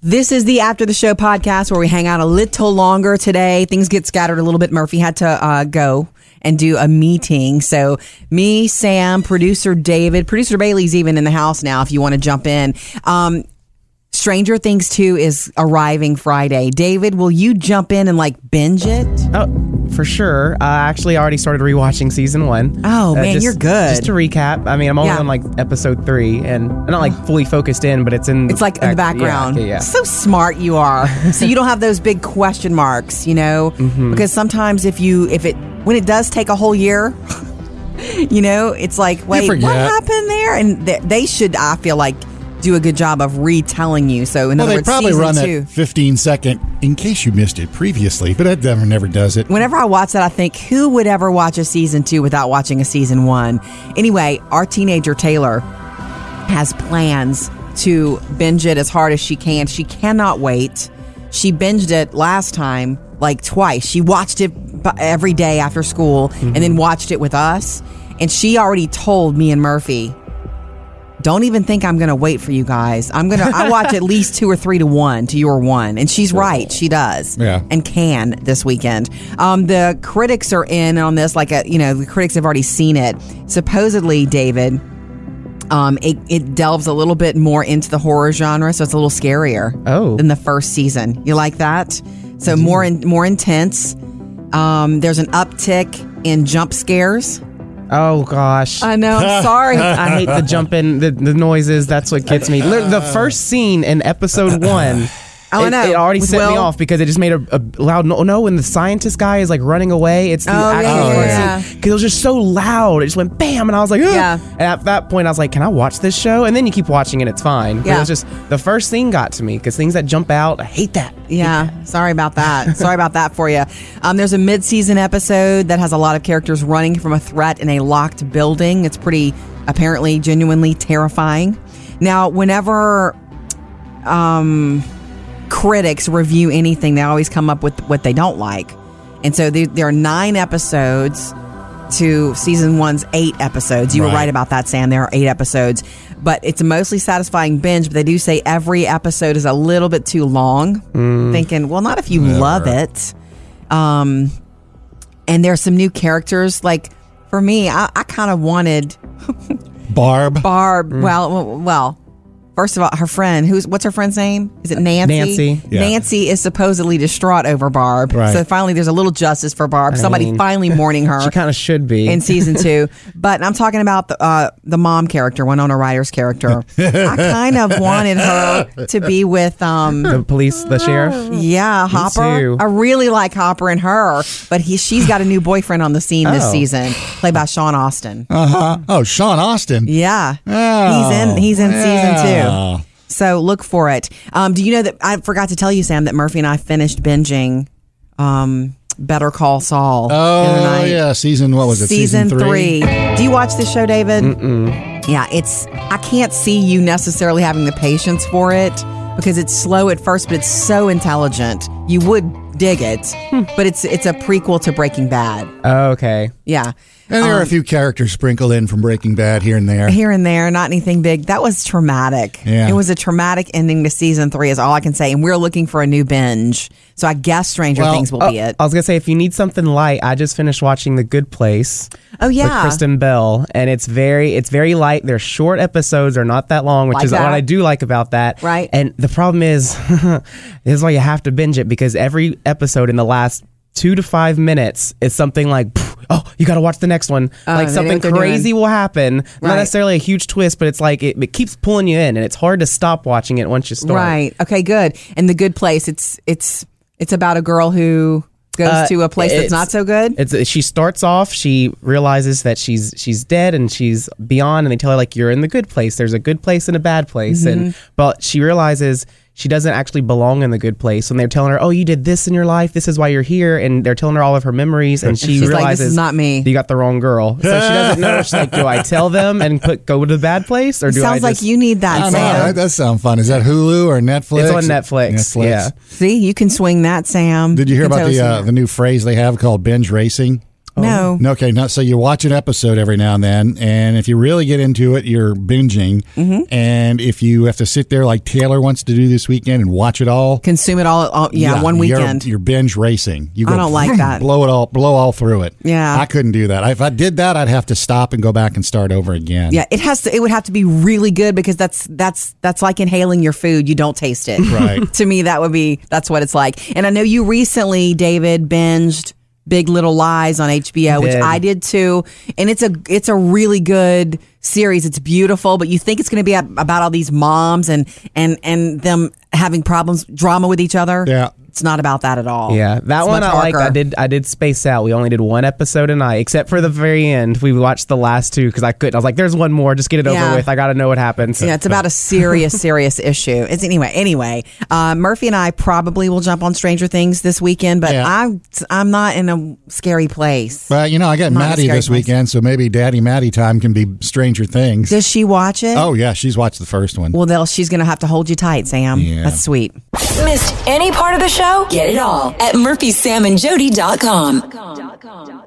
This is the after the show podcast where we hang out a little longer today. Things get scattered a little bit. Murphy had to uh, go and do a meeting. So me, Sam, producer David, producer Bailey's even in the house now. If you want to jump in, um, Stranger Things two is arriving Friday. David, will you jump in and like binge it? Oh, for sure. I actually already started rewatching season one. Uh, Oh, man, just- you're good. Just to recap, I mean, I'm only Yeah. on like episode three, and I'm not like fully focused in, but it's in. It's like in the background. Yeah, yeah, yeah. So smart you are. so you don't have those big question marks, you know? Mm-hmm. Because sometimes if you if it when it does take a whole year, you know, it's like, wait, what forget. happened there? And th- they should I feel like do a good job of retelling you. So in Well, other they words, probably season run two. that 15 second in case you missed it previously, but that never, never does it. Whenever I watch that, I think, who would ever watch a season two without watching a season one? Anyway, our teenager Taylor has plans to binge it as hard as she can. She cannot wait. She binged it last time, like twice. She watched it b- every day after school and then watched it with us. And she already told me and Murphy, don't even think I'm going to wait for you guys. I'm going to, I watch at least two or three to one to your one. And she's right. She does Yeah. and can this weekend. Um, the critics are in on this, like a, you know, the critics have already seen it. Supposedly, David, um, it, it delves a little bit more into the horror genre, so it's a little scarier Oh. than the first season. You like that? So more in, more intense. Um, there's an uptick in jump scares. Oh gosh. I know. I'm sorry. I hate the jumping, the, the noises. That's what gets me. Lit- The first scene in episode one. Oh, I it, know. it already With set me Will. off because it just made a, a loud no. No, when the scientist guy is like running away, it's the Oh, yeah, actual yeah, first yeah. scene. 'Cause it was just so loud. It just went bam, and I was like, Ugh. Yeah. And at that point, I was like, can I watch this show? And then you keep watching and it's fine. But Yeah. it was just the first scene got to me because things that jump out, I hate that. Yeah, sorry about that. sorry about that for you. Um, there's a mid-season episode that has a lot of characters running from a threat in a locked building. It's pretty apparently genuinely terrifying. Now, whenever critics review anything, they always come up with what they don't like. And so there, there are nine episodes to season one's eight episodes. You were Right. right about that, Sam. There are eight episodes, but it's a mostly satisfying binge. But they do say every episode is a little bit too long. Thinking, well, not if you love it. Um, and there are some new characters. Like for me, I, I kind of wanted. Barb. Barb. Mm. Well, w- well. First of all, her friend, who's what's her friend's name? Is it Nancy? Nancy. Yeah. Nancy is supposedly distraught over Barb. Right. So finally, there's a little justice for Barb. Somebody mean, finally mourning her She kind of should be. in season two. but I'm talking about the uh, the mom character, Winona Ryder's character. I kind of wanted her to be with um, the police, the Oh. sheriff. yeah, Hopper. too. I really like Hopper and her, but he, she's got a new boyfriend on the scene this Oh. season, played by Sean Austin. Uh-huh. Oh, Sean Austin. Yeah. Oh, he's in he's in yeah. season 2. So look for it. Um, do you know that I forgot to tell you Sam that Murphy and I finished binging um, Better Call Saul. the other Oh, night. yeah. Season, what was it? Season, three. Do you watch this show, David? Yeah, it's. I can't see you necessarily having the patience for it because it's slow at first, but it's so intelligent. You would dig it, Hmm. but it's it's a prequel to Breaking Bad. Oh, okay. Yeah, And Um, there are a few characters sprinkled in from Breaking Bad here and there. here and there, not anything big. That was traumatic. Yeah. It was a traumatic ending to season three, is all I can say. And we're looking for a new binge. So I guess Stranger Well, uh, Things will Oh, be it. I was gonna say if you need something light, I just finished watching The Good Place oh, with yeah. Kristen Bell, and it's very it's very light. They're short episodes, they're not that long, which Like is that. what I do like about that. Right. And the problem is, this is why you have to binge it because every episode in the last two to five minutes is something like. "Pff, Oh, you got to watch the next one. Oh, like they know what something they're doing. crazy will happen. Right. Not necessarily a huge twist, but it's like it, it keeps pulling you in, and it's hard to stop watching it once you start. Right. Okay, good. And the good place, it's it's it's about a girl who goes Uh, to a place that's it's- not so good. It's she starts off. She realizes that she's she's dead and she's beyond. And they tell her like you're in the good place. There's a good place and a bad place. And Mm-hmm. but she realizes she doesn't actually belong in the good place. And they're telling her, oh, you did this in your life. This is why you're here. And they're telling her all of her memories. And she She's like, "This realizes is not me." You got the wrong girl. So she doesn't know. She's like, do I tell them and put go to the bad place or do Sounds I like just- you need I that, don't know. Sam. That, that sounds fun. Is that Hulu or Netflix? It's on Netflix. Yeah. See, you can swing that, Sam. Did you hear It's about always- the uh, the new phrase they have called binge racing? No. No, Okay, not so you watch an episode every now and then, and if you really get into it, you're binging. Mm-hmm. And if you have to sit there like Taylor wants to do this weekend and watch it all, Consume it all, all yeah, one you're- weekend. you're, binge racing. You I don't like that. Blow it all, blow all through it. Yeah. I couldn't do that. If I did that, I'd have to stop and go back and start over again. yeah, it has to it would have to be really good because that's that's that's like inhaling your food. You don't taste it. Right. to me that would be that's what it's like and i know you recently david binged big little lies on hbo which Did. i did too and it's a it's a really good series it's beautiful but you think it's going to be ab- about all these moms and and and them having problems drama with each other Yeah. it's not about that at all Yeah, that It's one much I liked. I darker. did. I did space out. We only did one episode a night, except for the very end. We watched the last two because I couldn't. I was like, "There's one more. Just get it Yeah. over with. I got to know what happens." yeah, it's about a serious, serious issue. It's anyway. Anyway, uh, Murphy and I probably will jump on Stranger Things this weekend, but Yeah. I'm I'm not in a scary place. Well, you know, I got Not a Maddie scary this place. weekend, so maybe Daddy Maddie time can be Stranger Things. Does she watch it? Oh yeah, she's watched the first one. Well, they'll, she's going to have to hold you tight, Sam. Yeah. That's sweet. Missed any part of the show? Get it all at murphysamandjody.com.